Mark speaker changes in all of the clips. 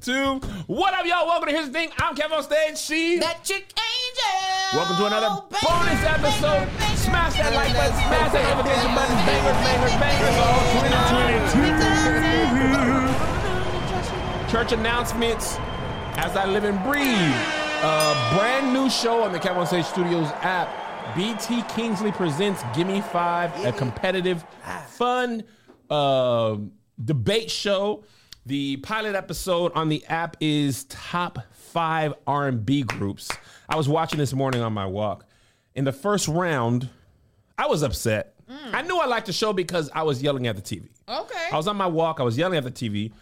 Speaker 1: two. What up, y'all? Welcome to Here's the Thing. I'm Kev on stage. She.
Speaker 2: Electric Angel.
Speaker 1: Welcome to another
Speaker 2: Banger,
Speaker 1: bonus
Speaker 2: banger,
Speaker 1: episode.
Speaker 2: banger,
Speaker 1: Smash that like button.
Speaker 2: banger,
Speaker 1: Smash that notification button. Bangers, bangers, bangers. All 2022. Church announcements. As I live and breathe. A brand new show on the Kev on Stage Studios app. BT Kingsley presents Gimme Five, a competitive, fun uh, debate show. The pilot episode on the app is top five R&B groups. I was watching this morning on my walk. In the first round, I was upset. I knew I liked the show because I was yelling at the TV.
Speaker 2: Okay.
Speaker 1: I was on my walk. I was yelling at the TV.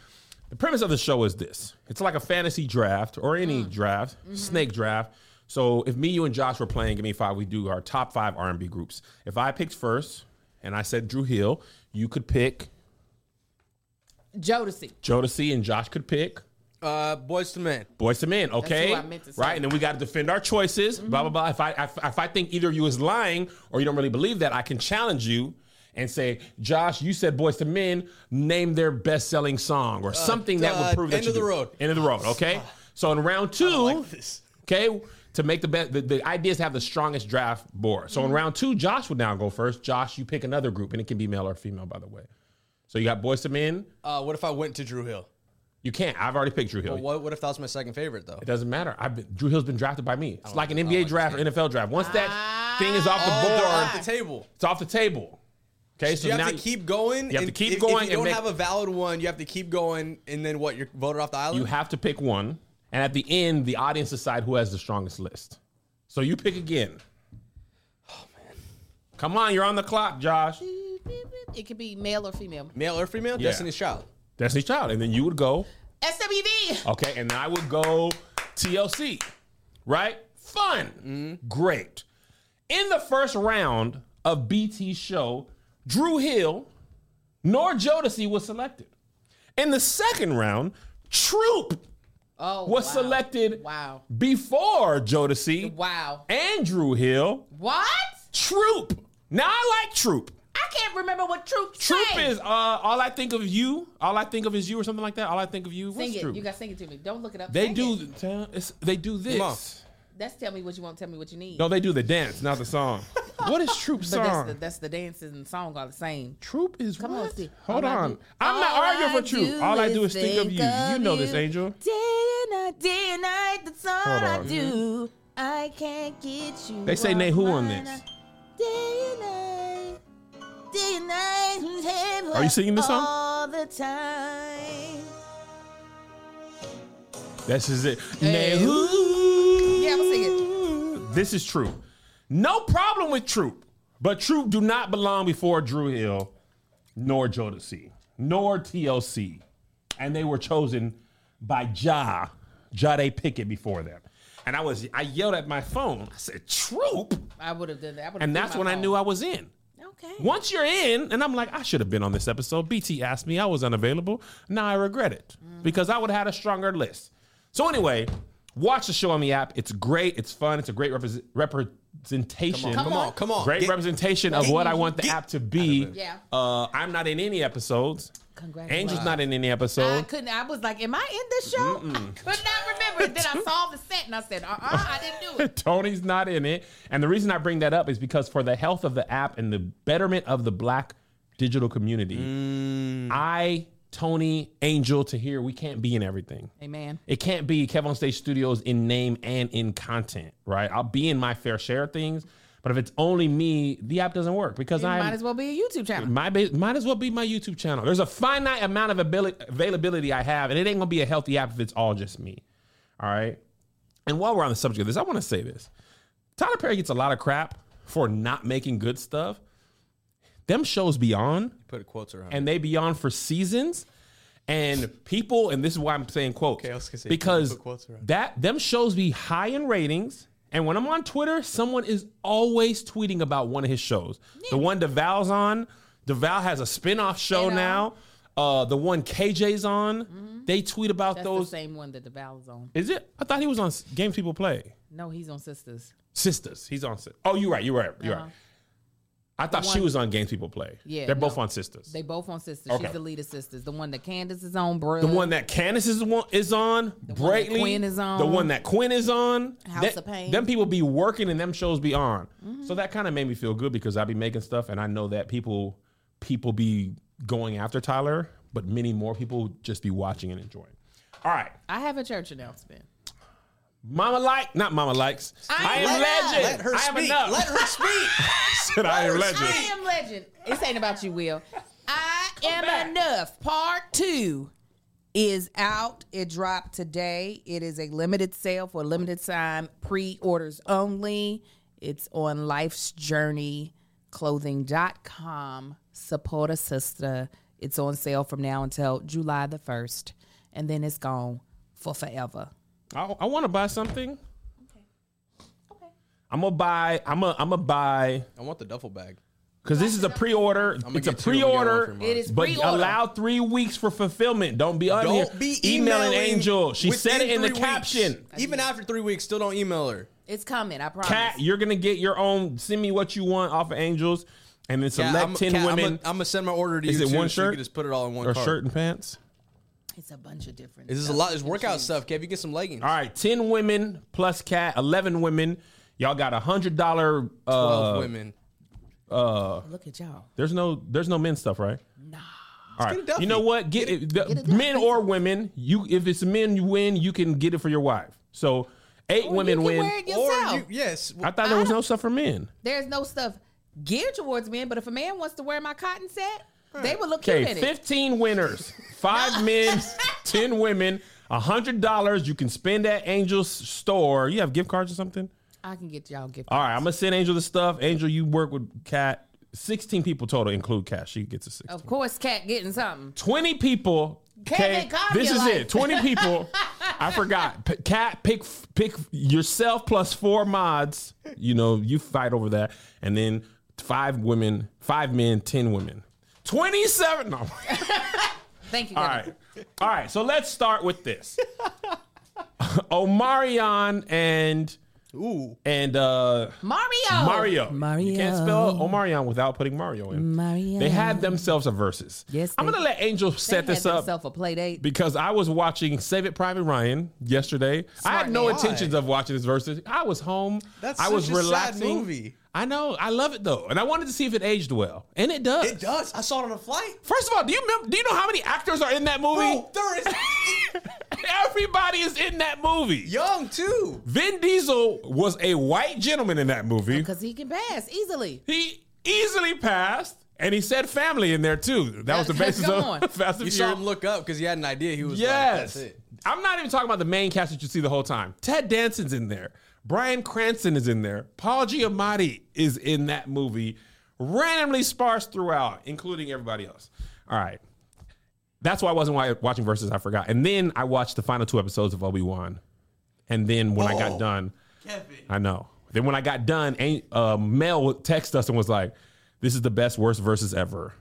Speaker 1: The premise of the show is this: it's like a fantasy draft or any draft, snake draft. So if me, you, and Josh were playing, give me five. We do our top five R and B groups. If I picked first, and I said Drew Hill, you could pick
Speaker 2: Jodeci.
Speaker 1: Jodeci, and Josh could pick
Speaker 3: Uh, boys to men.
Speaker 1: Boys to Men. Okay,
Speaker 2: who I meant to say.
Speaker 1: right. And then we got to defend our choices. Blah blah blah.
Speaker 3: Mm-hmm.
Speaker 1: If I if, if I think either of you is lying or you don't really believe that, I can challenge you. And say, Josh, you said Boys to Men, name their best selling song or something that
Speaker 3: uh,
Speaker 1: would prove that
Speaker 3: End
Speaker 1: you
Speaker 3: of the
Speaker 1: do.
Speaker 3: Road. Ah.
Speaker 1: End of the road, okay? So in round two,
Speaker 3: like this.
Speaker 1: okay, to make the best, the, the idea is to have the strongest draft board. So in
Speaker 3: Mm-hmm.
Speaker 1: round two, Josh would now go first. Josh, you pick another group, and it can be male or female, by the way. So you got Boys to Men.
Speaker 3: Uh, what if I went to Drew Hill?
Speaker 1: You can't. I've already picked Drew Hill.
Speaker 3: But what, what if that was my second favorite though?
Speaker 1: Oh, It doesn't matter. I've been, Drew Hill's been drafted by me.
Speaker 3: Oh,
Speaker 1: It's like an NBA draft or NFL draft. Once that thing is off the
Speaker 3: They're
Speaker 1: board,
Speaker 3: Ah. Oh, off the table.
Speaker 1: it's off the table. Okay, so
Speaker 3: You
Speaker 1: now
Speaker 3: have to keep going.
Speaker 1: you have to
Speaker 3: and
Speaker 1: keep
Speaker 3: if-
Speaker 1: going
Speaker 3: If you
Speaker 1: and
Speaker 3: don't
Speaker 1: make-
Speaker 3: have a valid one, you have to keep going, and then what? You're voted off the island.
Speaker 1: you have to pick one, and at the end, the audience decide who has the strongest list. So you pick again. Oh man,
Speaker 3: Oh,
Speaker 1: come on, you're on the clock, Josh.
Speaker 2: It could be male or female.
Speaker 3: Male or female?
Speaker 1: Yeah.
Speaker 3: Destiny's Child.
Speaker 1: Destiny's Child, and then you would go.
Speaker 2: SWV.
Speaker 1: Okay, and I would go TLC, right? Fun,
Speaker 2: Mm-hmm.
Speaker 1: great. In the first round of BT show, Drew Hill nor Jodeci was selected. In the second round, Troop
Speaker 2: Oh,
Speaker 1: was
Speaker 2: wow.
Speaker 1: selected
Speaker 2: Wow.
Speaker 1: before Jodeci
Speaker 2: Wow.
Speaker 1: and Drew Hill.
Speaker 2: What?
Speaker 1: Troop. Now I like Troop.
Speaker 2: I can't remember what Troop
Speaker 1: Troop
Speaker 2: sang.
Speaker 1: is uh, all I think of you. All I think of is you, or something like that. All I think of you.
Speaker 2: Sing
Speaker 1: What's
Speaker 2: it.
Speaker 1: Troop?
Speaker 2: You got to sing it to me. Don't look it up.
Speaker 1: They
Speaker 2: Sing
Speaker 1: do.
Speaker 2: it.
Speaker 1: it's- They do this.
Speaker 3: on.
Speaker 2: That's tell me what you want. Tell me what you need.
Speaker 1: No, they do the dance, not the song. what is Troop
Speaker 2: but that's
Speaker 1: song?
Speaker 2: the, that's the dances and song are the same.
Speaker 1: Troop is
Speaker 2: Come on,
Speaker 1: what?
Speaker 2: Steve.
Speaker 1: Hold
Speaker 2: All I
Speaker 1: on.
Speaker 2: do-
Speaker 1: I'm not
Speaker 2: All
Speaker 1: arguing
Speaker 2: I
Speaker 1: for Troop.
Speaker 2: do
Speaker 1: All I do is
Speaker 2: is
Speaker 1: think of
Speaker 2: think
Speaker 1: you. You know
Speaker 2: of
Speaker 1: this,
Speaker 2: you.
Speaker 1: Angel.
Speaker 2: Day and night, day and night, that's all I
Speaker 1: on.
Speaker 2: do. I can't get you.
Speaker 1: They say
Speaker 2: off
Speaker 1: Nay Who on
Speaker 2: my
Speaker 1: this.
Speaker 2: Day and night, day and night, who's here
Speaker 1: Are you singing this song?
Speaker 2: All the time.
Speaker 1: This is it.
Speaker 2: Hey.
Speaker 1: Nehu.
Speaker 2: Yeah, I'ma
Speaker 1: sing it. This is Troop. No problem with Troop, but Troop do not belong before Drew Hill, nor Jodeci, nor TLC, and they were chosen by Ja, Jade Pickett before them. And I was, I yelled at my phone. I said, "Troop."
Speaker 2: I would have done that. I would've
Speaker 1: and
Speaker 2: threw
Speaker 1: that's
Speaker 2: my
Speaker 1: when I
Speaker 2: phone.
Speaker 1: knew I was in.
Speaker 2: Okay.
Speaker 1: Once you're in, and I'm like, I should have been on this episode. BT asked me, I was unavailable. Now I regret it
Speaker 3: Mm-hmm.
Speaker 1: because I would have had a stronger list. So anyway, watch the show on the app. It's great. It's fun. It's a great repres representation.
Speaker 3: Come
Speaker 2: on.
Speaker 3: on, come on.
Speaker 1: Great
Speaker 3: Get-
Speaker 1: representation of what I want the
Speaker 3: get-
Speaker 1: app to be.
Speaker 2: Yeah.
Speaker 1: Uh, I'm not in any episodes.
Speaker 2: Congratulations.
Speaker 1: Angel's not in any
Speaker 2: I
Speaker 1: episode.
Speaker 2: couldn't. I was like, "Am I in this show?" I could not remember. And then I saw the set, and I said, "Uh, uh I didn't do it."
Speaker 1: Tony's not in it. And the reason I bring that up is because for the health of the app and the betterment of the black digital community,
Speaker 2: Mm.
Speaker 1: I, Tony, Angel, to hear we can't be in everything.
Speaker 2: Amen.
Speaker 1: It can't be Kev on Stage Studios in name and in content, right? I'll be in my fair share of things, but if it's only me, the app doesn't work because
Speaker 2: It might
Speaker 1: I
Speaker 2: as well be a YouTube channel.
Speaker 1: my ba- might as well be my YouTube channel. There's a finite amount of abili- availability I have, and it ain't gonna be a healthy app if it's all just me. All right. And while we're on the subject of this, I want to say this: Tyler Perry gets a lot of crap for not making good stuff. Them shows be on,
Speaker 3: Put quotes around.
Speaker 1: and they be on for seasons. And people, and this is why I'm saying quotes,
Speaker 3: Okay, I was gonna say,
Speaker 1: because
Speaker 3: put quotes around.
Speaker 1: that them shows be high in ratings. And when I'm on Twitter, someone is always tweeting about one of his shows. The one DeVal's on. DeVal has a spin-off show
Speaker 2: Spin-off. Mm-hmm.
Speaker 1: now. Uh, the one KJ's on. They tweet about
Speaker 2: That's
Speaker 1: those.
Speaker 2: the same one that the Val is on.
Speaker 1: Is it? I thought he was on S- Games People Play.
Speaker 2: No, he's on Sisters.
Speaker 1: Sisters. He's on. Sis- Oh, you're right. You're right. You're right. I thought
Speaker 2: The
Speaker 1: she
Speaker 2: Uh-huh. one-
Speaker 1: was on Games People Play.
Speaker 2: Yeah,
Speaker 1: they're both
Speaker 2: no.
Speaker 1: on Sisters.
Speaker 2: They both on sisters.
Speaker 1: Okay.
Speaker 2: She's the leader sisters. The one that Candace is on, bro.
Speaker 1: the one that Candace is on, is on,
Speaker 2: one that
Speaker 1: Brightly
Speaker 2: Quinn is on.
Speaker 1: the one that Quinn is on.
Speaker 2: House
Speaker 1: That-
Speaker 2: of Pain.
Speaker 1: Them people be working and them shows be on.
Speaker 3: Mm-hmm.
Speaker 1: So that kind of made me feel good because I be making stuff and I know that people people be going after Tyler, but many more people just be watching and enjoying. All right,
Speaker 2: I have a church announcement.
Speaker 1: Mama like not Mama likes. I,
Speaker 2: I
Speaker 1: am
Speaker 2: am
Speaker 1: legend.
Speaker 3: Let her
Speaker 1: I am
Speaker 3: speak.
Speaker 1: enough.
Speaker 3: Let her speak.
Speaker 1: Said I am legend.
Speaker 2: I am legend. This ain't about you, Will. I am
Speaker 1: back.
Speaker 2: enough. Part two is out. It dropped today. It is a limited sale for a limited time, pre orders only. It's on life's journey clothing.com. Support a sister. It's on sale from now until July the 1st, and then it's gone for forever.
Speaker 1: I, I want to buy something. Okay. Okay. I'm gonna buy. I'm gonna. I'm gonna buy
Speaker 3: I want the duffel bag.
Speaker 1: because this is a pre-order.
Speaker 3: I'm gonna
Speaker 1: It's a
Speaker 3: get two, we got one for
Speaker 1: pre-order.
Speaker 3: mine. It
Speaker 2: is
Speaker 1: but
Speaker 2: pre-order.
Speaker 1: allow three weeks for fulfillment. Don't be on here
Speaker 3: Don't be emailing,
Speaker 1: Angel. She
Speaker 3: within
Speaker 1: said it in the
Speaker 3: three weeks.
Speaker 1: caption.
Speaker 3: Even after three weeks, still don't email her.
Speaker 2: It's coming, I promise.
Speaker 1: Cat, you're gonna get your own. Send me what you want off of Angels, and then select
Speaker 3: I'm,
Speaker 1: ten women
Speaker 3: I'm gonna send my order to
Speaker 1: Is
Speaker 3: you.
Speaker 1: it
Speaker 3: too,
Speaker 1: one
Speaker 3: so you
Speaker 1: shirt?
Speaker 3: can just put it all in one
Speaker 1: or
Speaker 3: card.
Speaker 1: shirt and pants.
Speaker 2: It's a bunch of different.
Speaker 3: This is a
Speaker 2: stuff
Speaker 3: lot.
Speaker 2: you
Speaker 3: This
Speaker 2: can
Speaker 3: workout
Speaker 2: choose.
Speaker 3: stuff. Kev, you get some leggings.
Speaker 1: All right, ten women plus cat, eleven women. Y'all got a hundred dollar. Uh,
Speaker 3: Twelve women.
Speaker 2: Look at y'all.
Speaker 1: There's no there's no men stuff, right? Nah. All
Speaker 3: get
Speaker 1: right.
Speaker 3: a Duffy.
Speaker 1: You know what? Get, it, the-
Speaker 2: Duffy.
Speaker 1: men or women. You if it's men, you win. You can get it for your wife. So eight women
Speaker 2: Oh, you can
Speaker 1: win.
Speaker 2: wear it
Speaker 3: Or
Speaker 2: yourself.
Speaker 3: you, yes.
Speaker 1: I thought there was no stuff for men.
Speaker 2: There's no stuff geared towards men, but if a man wants to wear my cotton set, they would look cute
Speaker 1: Okay,
Speaker 2: in it.
Speaker 1: fifteen winners, five men, ten women, a hundred dollars. You can spend at Angel's store. You have gift cards or something.
Speaker 2: I can get y'all gift.
Speaker 1: All right, I'm gonna send Angel the stuff. Angel, you work with Cat. Sixteen people total, include Cat. She gets a six.
Speaker 2: Of course, cat getting something.
Speaker 1: 20 people.
Speaker 2: Kevin,
Speaker 1: okay,
Speaker 2: calm
Speaker 1: this
Speaker 2: your
Speaker 1: is
Speaker 2: life.
Speaker 1: it. 20 people. I forgot. P- Cat, pick pick yourself plus four mods. You know, you fight over that. And then five women, five men, 10 women. 27. No.
Speaker 2: Thank you.
Speaker 1: All
Speaker 2: Kevin.
Speaker 1: right. All right. So let's start with this. Omarion and
Speaker 3: Ooh.
Speaker 1: and uh
Speaker 2: Mario.
Speaker 1: Mario. You can't spell
Speaker 2: Mario.
Speaker 1: Omarion without putting Mario in.
Speaker 2: Mario.
Speaker 1: They had themselves a versus.
Speaker 2: Yes,
Speaker 1: I'm
Speaker 2: they-
Speaker 1: gonna let Angel
Speaker 2: They
Speaker 1: set
Speaker 2: had
Speaker 1: this up
Speaker 2: themself a play date.
Speaker 1: because I was watching Save It Private Ryan yesterday. I had no
Speaker 2: man.
Speaker 1: intentions of watching this versus. I was home.
Speaker 3: That's
Speaker 1: I
Speaker 3: such
Speaker 1: was
Speaker 3: a sad
Speaker 1: relaxing.
Speaker 3: movie.
Speaker 1: I know. I love it though, and I wanted to see if it aged well, and it does.
Speaker 3: It does. I saw it on a flight.
Speaker 1: First of all, do you remember, do you know how many actors are in that movie?
Speaker 3: Bro, there is
Speaker 1: Everybody is in that movie.
Speaker 3: young too.
Speaker 1: Vin Diesel was a white gentleman in that movie.
Speaker 2: Because he can pass easily.
Speaker 1: He easily passed, and he said family in there too. That was the basis
Speaker 2: Come
Speaker 1: of
Speaker 2: on.
Speaker 1: Fast and
Speaker 3: You saw
Speaker 1: Furious.
Speaker 3: him look up because he had an idea. He was like,
Speaker 1: Yes.
Speaker 3: that's it.
Speaker 1: I'm not even talking about the main cast that you see the whole time. Ted Danson's in there. Brian Cranston is in there. Paul Giamatti is in that movie, randomly sparse throughout, including everybody else. All right. That's why I wasn't wa- watching Versus, I forgot. And then I watched the final two episodes of Obi Wan. And then when I got
Speaker 3: Oh.
Speaker 1: done, I know. Then when I got done, An- uh, Mel texted us and was like, "This is the best worst versus ever."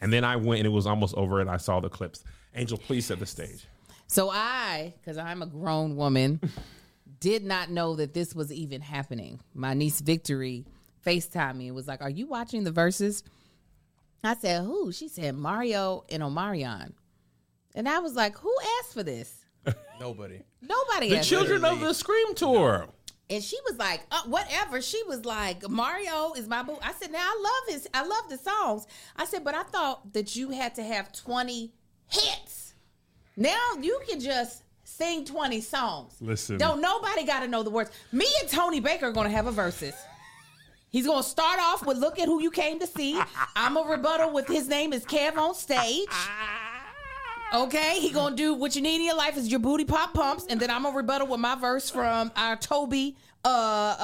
Speaker 1: And then I went and it was almost over, and I saw the clips. Angel, please set the stage.
Speaker 2: So I, because I'm a grown woman, did not know that this was even happening. My niece Victory FaceTimed me and was like, Are you watching the verses? I said, Who? She said, Mario and Omarion. And I was like, Who asked for this?
Speaker 3: Nobody.
Speaker 2: Nobody
Speaker 1: The
Speaker 2: asked. for
Speaker 1: Children of the Scream tour.
Speaker 2: it. And she was like, uh, whatever. She was like, Mario is my boo. I said, now I love his, I love the songs. I said, but I thought that you had to have 20 hits. Now you can just sing 20 songs.
Speaker 1: Listen.
Speaker 2: Don't nobody got to know the words. Me and Tony Baker are going to have a versus. He's going to start off with look at who you came to see. I'm a rebuttal with his name is Kev on stage. Okay, he gonna do what you need in your life is your booty pop pumps, and then I'm gonna rebuttal with my verse from our Toby. Uh, uh,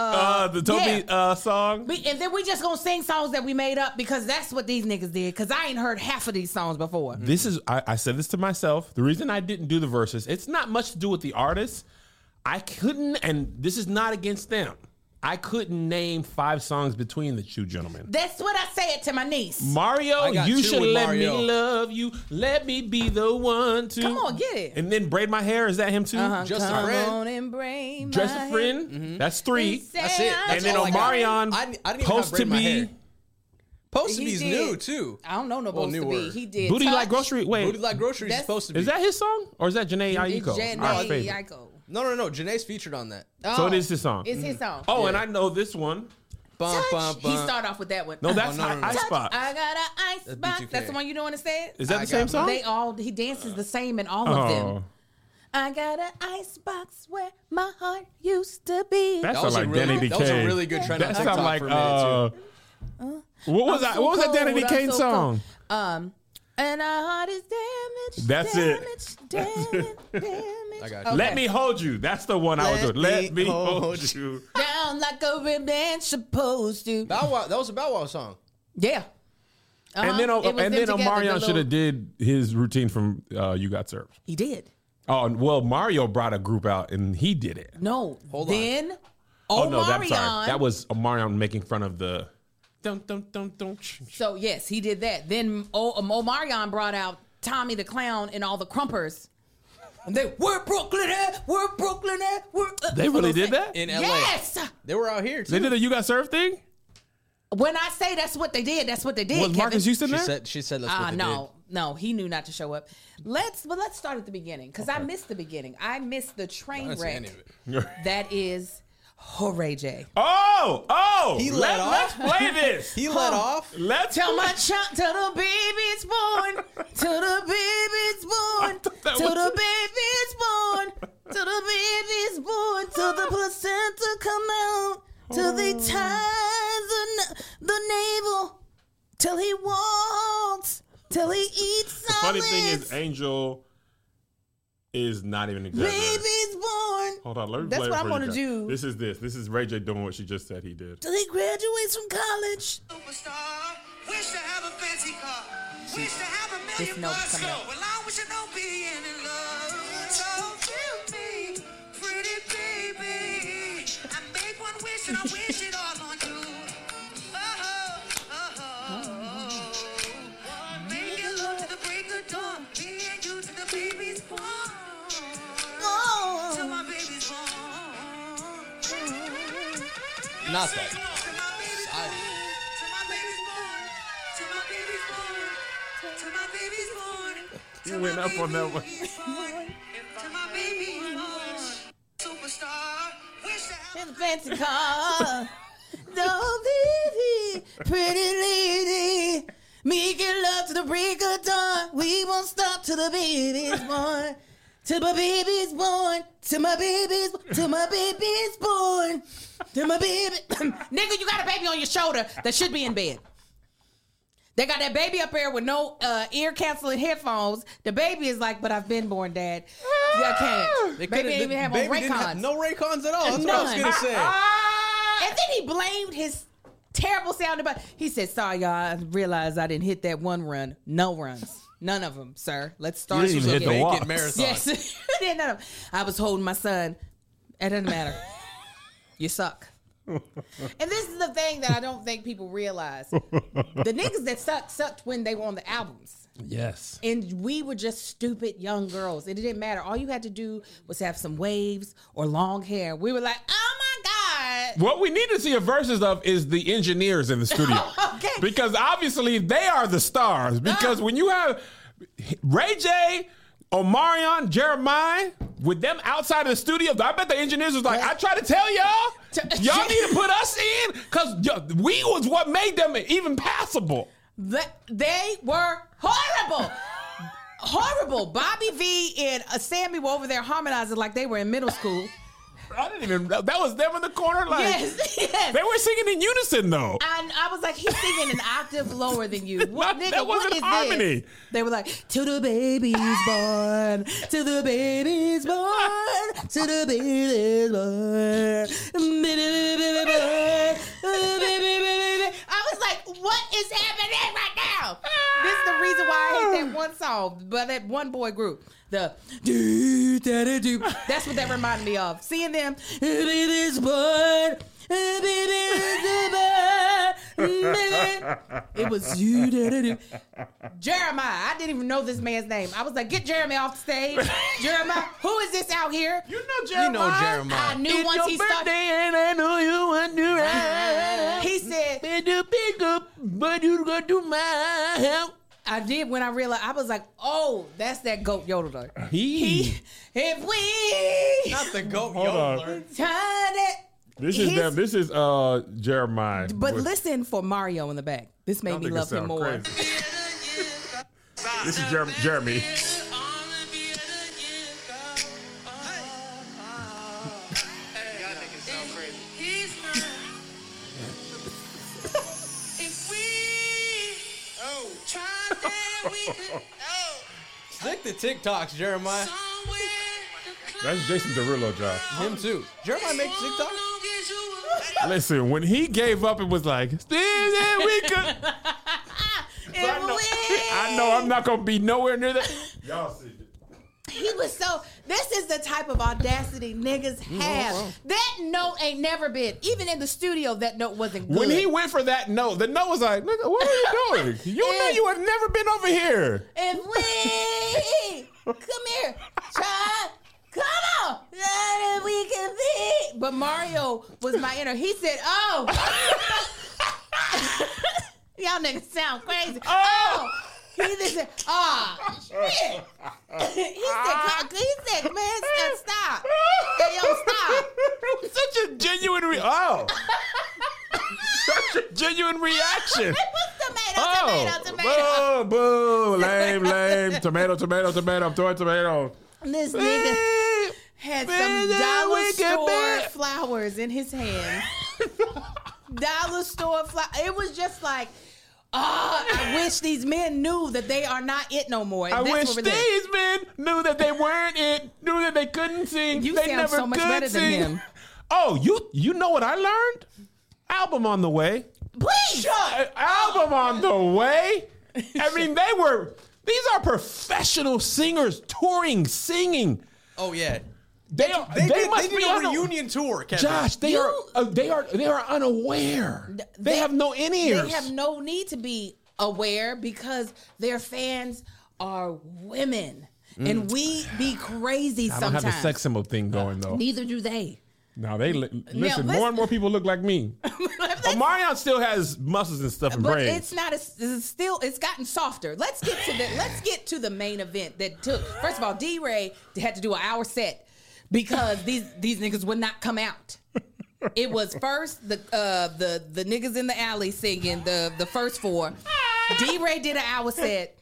Speaker 1: Uh, the Toby
Speaker 2: yeah.
Speaker 1: uh, song.
Speaker 2: We- and then we just gonna sing songs that we made up because that's what these niggas did. Because I ain't heard half of these songs before.
Speaker 1: This is I, I said this to myself. The reason I didn't do the verses, it's not much to do with the artist. I couldn't, and this is not against them. I couldn't name five songs between the two gentlemen.
Speaker 2: That's what I said to my niece.
Speaker 1: Mm. Mario,
Speaker 3: I got
Speaker 1: you
Speaker 3: two
Speaker 1: should
Speaker 3: with
Speaker 1: let
Speaker 3: Mario.
Speaker 1: me love you. Let me be the one to
Speaker 2: Come on, get it.
Speaker 1: And then braid my hair. Is that him too?
Speaker 3: Just a
Speaker 2: Come
Speaker 3: friend.
Speaker 2: on and bring
Speaker 1: Dress
Speaker 2: my
Speaker 1: a friend. That's three.
Speaker 2: hand.
Speaker 3: Mm-hmm. That's it.
Speaker 2: And
Speaker 1: and then
Speaker 3: all I got.
Speaker 1: Omarion
Speaker 3: I, I didn't even have
Speaker 1: post
Speaker 3: braid
Speaker 1: to
Speaker 3: in my
Speaker 1: be
Speaker 3: hair. Supposed to
Speaker 2: He
Speaker 3: be's
Speaker 2: did.
Speaker 3: new too.
Speaker 2: I don't know no supposed to be.
Speaker 3: newer.
Speaker 2: He did
Speaker 1: Booty
Speaker 2: Touch.
Speaker 1: like grocery. Wait,
Speaker 3: Booty like grocery is
Speaker 2: That's-
Speaker 3: supposed to be.
Speaker 1: is that his song or is that Janae
Speaker 2: It's
Speaker 1: Aiko?
Speaker 2: Janae
Speaker 1: Our favorite.
Speaker 2: Aiko.
Speaker 3: no, no, no. Janae's featured on that.
Speaker 1: So
Speaker 2: Oh,
Speaker 1: it is his song.
Speaker 2: It's his song.
Speaker 1: Oh, and I know this one.
Speaker 3: Bum, bum,
Speaker 2: He
Speaker 3: bum.
Speaker 2: started off with that one.
Speaker 1: No, that's
Speaker 3: no, no,
Speaker 1: Hot
Speaker 3: no.
Speaker 1: Ice
Speaker 2: Touch,
Speaker 1: Box.
Speaker 2: I got an ice
Speaker 3: That's
Speaker 2: box.
Speaker 3: B2K.
Speaker 2: That's the one you don't want to say it.
Speaker 1: Is that
Speaker 3: I
Speaker 1: the
Speaker 3: got
Speaker 1: same
Speaker 3: my-
Speaker 1: song?
Speaker 2: They all he dances the same in all of them.
Speaker 1: oh,
Speaker 2: I got an ice box where my heart used to be.
Speaker 1: that
Speaker 3: That
Speaker 1: sounds
Speaker 3: was, a
Speaker 1: like
Speaker 3: really,
Speaker 1: Danny
Speaker 3: that was a
Speaker 1: DK.
Speaker 3: really good trend on
Speaker 1: That
Speaker 3: TikTok
Speaker 1: sounds like
Speaker 3: for a minute too.
Speaker 1: uh, what was
Speaker 2: I'm
Speaker 1: that?
Speaker 2: so
Speaker 1: What was that
Speaker 2: cold,
Speaker 1: Danny
Speaker 2: I'm
Speaker 1: Kane
Speaker 2: so
Speaker 1: song?
Speaker 2: cold. Um, and our heart is damaged.
Speaker 1: That's it.
Speaker 2: damaged, Damaged, damaged.
Speaker 3: I got you.
Speaker 2: Okay.
Speaker 1: Let me hold you. That's the one I was
Speaker 3: Let
Speaker 1: doing. Let
Speaker 3: me
Speaker 1: me hold
Speaker 3: hold
Speaker 1: you.
Speaker 2: down like a ribbon supposed to.
Speaker 3: Bow Wow, that was a Bow Wow song.
Speaker 2: Yeah. Uh-huh.
Speaker 1: And then,
Speaker 2: It was
Speaker 1: and
Speaker 2: them
Speaker 1: then
Speaker 2: together, the
Speaker 1: Omarion
Speaker 2: little-
Speaker 1: should have did his routine from uh, "You Got Served."
Speaker 2: He did.
Speaker 1: Oh and- well, Mario brought a group out and he did it.
Speaker 2: No.
Speaker 3: Hold on.
Speaker 2: then
Speaker 1: Oh,
Speaker 2: on.
Speaker 1: no, that's
Speaker 2: Omarion-
Speaker 1: sorry. That was Omarion making fun of the. Dun, dun, dun, dun.
Speaker 2: So yes, he did that. Then o- um, Omarion brought out Tommy the Clown and all the Crumpers. And they we're Brooklyn, eh? we're Brooklyn, eh? we're. uh,"
Speaker 1: They
Speaker 2: for
Speaker 1: really did
Speaker 2: those things.
Speaker 1: that.
Speaker 3: In LA.
Speaker 2: Yes.
Speaker 3: They were out here too.
Speaker 1: They did a "You Got Served" thing.
Speaker 2: When I say that's what they did, that's what they did.
Speaker 1: Was Marcus
Speaker 2: Kevin.
Speaker 1: Houston
Speaker 3: she
Speaker 1: there?
Speaker 3: said she said that's what
Speaker 2: Ah,
Speaker 3: they
Speaker 2: no, no, he knew not to show up. Let's, but let's start at the beginning because I missed the beginning. I missed the
Speaker 3: did. I
Speaker 2: train
Speaker 3: didn't see
Speaker 2: wreck.
Speaker 3: any of it.
Speaker 2: That is, hooray, J.
Speaker 1: Oh, oh!
Speaker 3: He
Speaker 1: let,
Speaker 3: let off.
Speaker 1: Let's play this.
Speaker 3: He let off.
Speaker 1: let's
Speaker 2: Tell
Speaker 1: play-
Speaker 2: my child till the baby's born, till the baby's born,
Speaker 1: thought that
Speaker 2: till
Speaker 1: was-
Speaker 2: the baby's born, till the baby's born, till the placenta come out, till
Speaker 1: Oh.
Speaker 2: they ties the, na- the navel, till he walks, till he eats
Speaker 1: Funny
Speaker 2: solids.
Speaker 1: thing is, Angel is not even exaggerating.
Speaker 2: baby's born,
Speaker 1: Hold on, let me
Speaker 2: That's
Speaker 1: play it
Speaker 2: what I'm
Speaker 1: for you
Speaker 2: gonna
Speaker 1: guys.
Speaker 2: do.
Speaker 1: This is this. This is Ray J doing what she just said he did.
Speaker 2: till he graduates from college.
Speaker 4: Superstar, wish to have a fancy car, wish to have a
Speaker 2: This
Speaker 4: million
Speaker 2: note's
Speaker 4: bucks.
Speaker 2: coming up.
Speaker 4: Well, I wish I know being in love. So tell me, pretty baby, I make one wish and I wish it all on you. Oh, oh, oh, oh. Making love to the break of dawn, being you to the baby's born.
Speaker 2: Oh.
Speaker 4: Till my baby's born.
Speaker 3: Not that.
Speaker 1: You went up on that one.
Speaker 4: Superstar, wish to
Speaker 2: in
Speaker 4: have
Speaker 2: the fancy car. Don't leave here, pretty lady. Making love to the break of dawn. We won't stop till the baby's born. Till my baby's born. Till my baby's till my baby's born. Till my baby Nigga, you got a baby on your shoulder that should be in bed. They got that baby up there with no uh, ear canceling headphones. The baby is like, but I've been born, Dad. I can't.
Speaker 3: They
Speaker 2: baby
Speaker 3: couldn't-
Speaker 2: didn't even have
Speaker 3: baby
Speaker 2: on
Speaker 3: didn't have-
Speaker 2: Raycons.
Speaker 3: No Raycons at all. That's what I was
Speaker 2: None.
Speaker 3: gonna say.
Speaker 2: And then he blamed his terrible sound about. He said, "Sorry, y'all. I realized I didn't hit that one run. No runs, none of them, sir. Let's start
Speaker 1: didn't even
Speaker 2: again."
Speaker 1: hit the
Speaker 3: Make
Speaker 1: walk.
Speaker 3: it marathon.
Speaker 2: Yes, didn't none of them. I was holding my son. It doesn't matter. you suck. and this is the thing that I don't think people realize: the niggas that sucked sucked when they were on the albums.
Speaker 1: Yes.
Speaker 2: And we were just stupid young girls. It didn't matter. All you had to do was have some waves or long hair. We were like, oh my God.
Speaker 1: What we need to see a verses of is the engineers in the studio.
Speaker 2: Okay.
Speaker 1: Because obviously they are the stars. Because when you have Ray J, Omarion, Jeremiah, with them outside of the studio, I bet the engineers was like, I tried to tell y'all, y'all need to put us in, because we was what made them even passable.
Speaker 2: Th- They were horrible. horrible. Bobby V and uh, Sammy were over there harmonizing like they were in middle school.
Speaker 1: I didn't even, that was them in the corner. Like,
Speaker 2: yes, yes.
Speaker 1: They were singing in unison though.
Speaker 2: And I was like, he's singing an octave lower than you. What,
Speaker 1: That-
Speaker 2: nigga,
Speaker 1: that
Speaker 2: what
Speaker 1: wasn't
Speaker 2: is
Speaker 1: harmony.
Speaker 2: This? They were like, to the baby's born, to the baby's born, to the baby's born, mm, baby, baby, baby, born, uh, baby, baby, baby." I was like, what is happening right now? This is the reason why I hate that one song by that one boy group. The do da do. That's what that reminded me of. Seeing them, baby's born. It was you. Da-da-da. Jeremiah. I didn't even know this man's name. I was like, get Jeremy off the stage. Jeremiah, who is this out here?
Speaker 1: You know
Speaker 3: You know
Speaker 2: I
Speaker 3: Jeremiah.
Speaker 2: knew once he started.
Speaker 1: and I know you want to
Speaker 2: He said,
Speaker 1: Big up, big up, But you gonna do my help.
Speaker 2: I did when I realized I was like, oh, that's that goat yodeler.
Speaker 1: He.
Speaker 2: If we
Speaker 3: Not the goat
Speaker 5: Hold on.
Speaker 3: yodeler.
Speaker 2: turn it,
Speaker 5: This is
Speaker 2: His-
Speaker 5: them. This is uh Jeremiah.
Speaker 2: but
Speaker 5: with-
Speaker 2: listen for Mario in the back. This made
Speaker 5: Y'all
Speaker 2: me
Speaker 5: niggas
Speaker 2: love him
Speaker 5: sound
Speaker 2: more.
Speaker 5: crazy. This is Jer- Jeremy.
Speaker 4: oh,
Speaker 3: Stick to TikToks, Jeremiah.
Speaker 5: That's Jason Derulo, job.
Speaker 3: Him too. Jeremiah makes TikToks.
Speaker 5: Listen, when he gave up and was like, "Steve, yeah, we could,"
Speaker 2: If
Speaker 5: I know I'm not gonna be nowhere near that. Y'all see
Speaker 2: we, he was so. This is the type of audacity niggas
Speaker 5: Mm-hmm.
Speaker 2: have. That note ain't never been. Even in the studio, that note wasn't good.
Speaker 1: When he went for that note, the note was like, "Nigga, what are you doing? You know you have never been over here."
Speaker 2: If we come here, try, come on, that if we can be. But Mario was my inner. He said, "Oh, y'all niggas sound crazy." Oh, he just said, "Ah, shit." he said, "Come- "He said, man, stop, stop, Hey, yo, stop."
Speaker 1: Such a genuine re- oh, such a genuine reaction.
Speaker 2: It was tomato,
Speaker 1: Oh,
Speaker 2: tomato, tomato.
Speaker 1: boo, boo, lame, lame, tomato, tomato, tomato. I'm throwing tomato. Eh,
Speaker 2: This nigga. had some
Speaker 1: Man, that
Speaker 2: dollar
Speaker 1: wicked
Speaker 2: store
Speaker 1: man.
Speaker 2: flowers in his hand. dollar store flowers. It was just like, ah, I wish these men knew that they are not it no more.
Speaker 1: I
Speaker 2: That's
Speaker 1: wish
Speaker 2: what we're doing.
Speaker 1: these men knew that they weren't it, knew that they couldn't sing.
Speaker 2: You
Speaker 1: they
Speaker 2: sound
Speaker 1: never
Speaker 2: so much
Speaker 1: could
Speaker 2: better than
Speaker 1: sing.
Speaker 2: him.
Speaker 1: Oh, you you know what I learned? Album on the way.
Speaker 2: Please,
Speaker 1: Uh, album on the way. I mean, they were. These are professional singers touring, singing.
Speaker 3: Oh yeah.
Speaker 1: They are.
Speaker 3: They,
Speaker 1: They,
Speaker 3: did,
Speaker 1: must
Speaker 3: they
Speaker 1: be
Speaker 3: did
Speaker 1: on
Speaker 3: a reunion tour, Kevin.
Speaker 1: Josh, they
Speaker 2: You-
Speaker 1: are. Uh, they are. They are unaware. They,
Speaker 2: they-
Speaker 1: have no in ears.
Speaker 2: they have no need to be aware because their fans are women,
Speaker 1: Mm.
Speaker 2: and we be crazy
Speaker 1: I don't
Speaker 2: sometimes.
Speaker 1: have the sex symbol thing going though.
Speaker 2: Neither do they.
Speaker 1: Now they li- listen.
Speaker 2: listen-
Speaker 1: More and more people look like me. Omarion still has muscles and stuff and
Speaker 2: But
Speaker 1: brains.
Speaker 2: it's not as it's still. It's gotten softer. Let's get to the let's get to the main event that took. First of all, D Ray had to do an hour set because these these niggas would not come out. It was first the uh, the the niggas in the alley singing the the first four. D Ray did an hour set.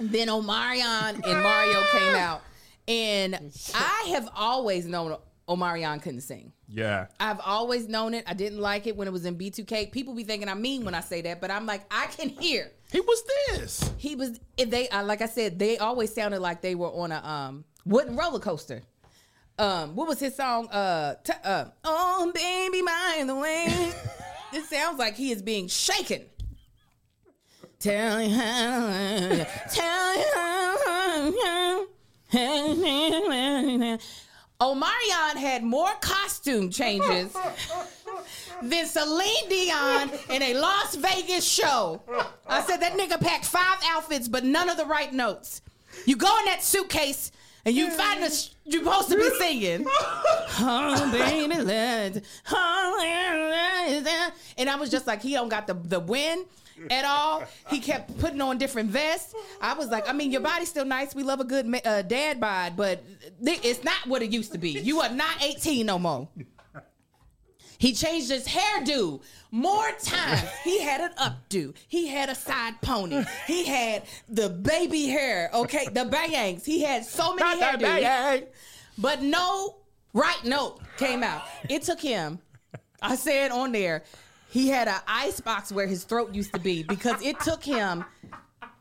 Speaker 2: Then Omarion and Mario came out, and I have always known Omarion couldn't sing.
Speaker 1: yeah.
Speaker 2: I've always known it. I didn't like it when it was in B2K. People be thinking I'm mean when I say that, but I'm like, I can hear.
Speaker 1: He was this.
Speaker 2: He was if they I like I said, they always sounded like they were on a um wooden roller coaster. Um, what was his song? Uh, t- uh Oh baby mind the way. it sounds like he is being shaken. Tell you how, tell you how. Omarion had more costume changes than Celine Dion in a Las Vegas show. I said that nigga packed five outfits, but none of the right notes. You go in that suitcase and you find the sh- you're supposed to be singing. oh, baby, let- oh, let- and I was just like, he don't got the the win at all. He kept putting on different vests. I was like, I mean, your body's still nice. We love a good ma- uh, dad bod, but th- it's not what it used to be. You are not 18 no more. He changed his hairdo more times. He had an updo. He had a side pony. He had the baby hair. Okay, the bangs. He had so many
Speaker 1: Not that
Speaker 2: hairdos,
Speaker 1: bad.
Speaker 2: but no right note came out. It took him. I said on there, he had an ice box where his throat used to be because it took him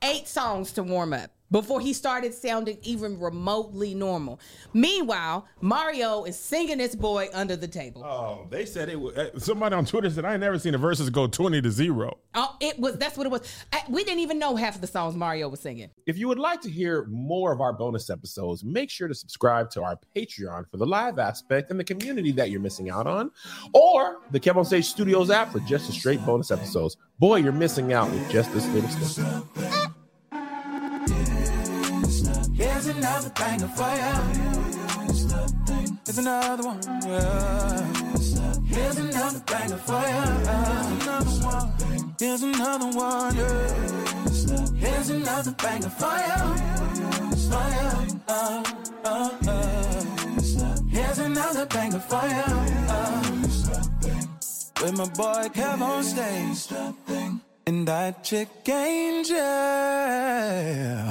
Speaker 2: eight songs to warm up before he started sounding even remotely normal. Meanwhile, Mario is singing this boy under the table.
Speaker 5: Oh, they said it. Was, uh, somebody on Twitter said I ain't never seen a versus go twenty to zero.
Speaker 2: Oh, it was. That's what it was. I, we didn't even know half of the songs Mario was singing.
Speaker 1: If you would like to hear more of our bonus episodes, make sure to subscribe to our Patreon for the live aspect and the community that you're missing out on, or the Kev on Stage Studios app for just the straight bonus episodes. Boy, you're missing out with just this little stuff.
Speaker 6: Here's another thing of fire. There's another one. yeah. Here's another thing of fire. Here's another one.
Speaker 4: Here's another one. yeah. Here's another bang of fire. Fire. Uh, uh, uh. Here's another bang of fire. Uh. With my boy Kev on stage. And that chick Angel.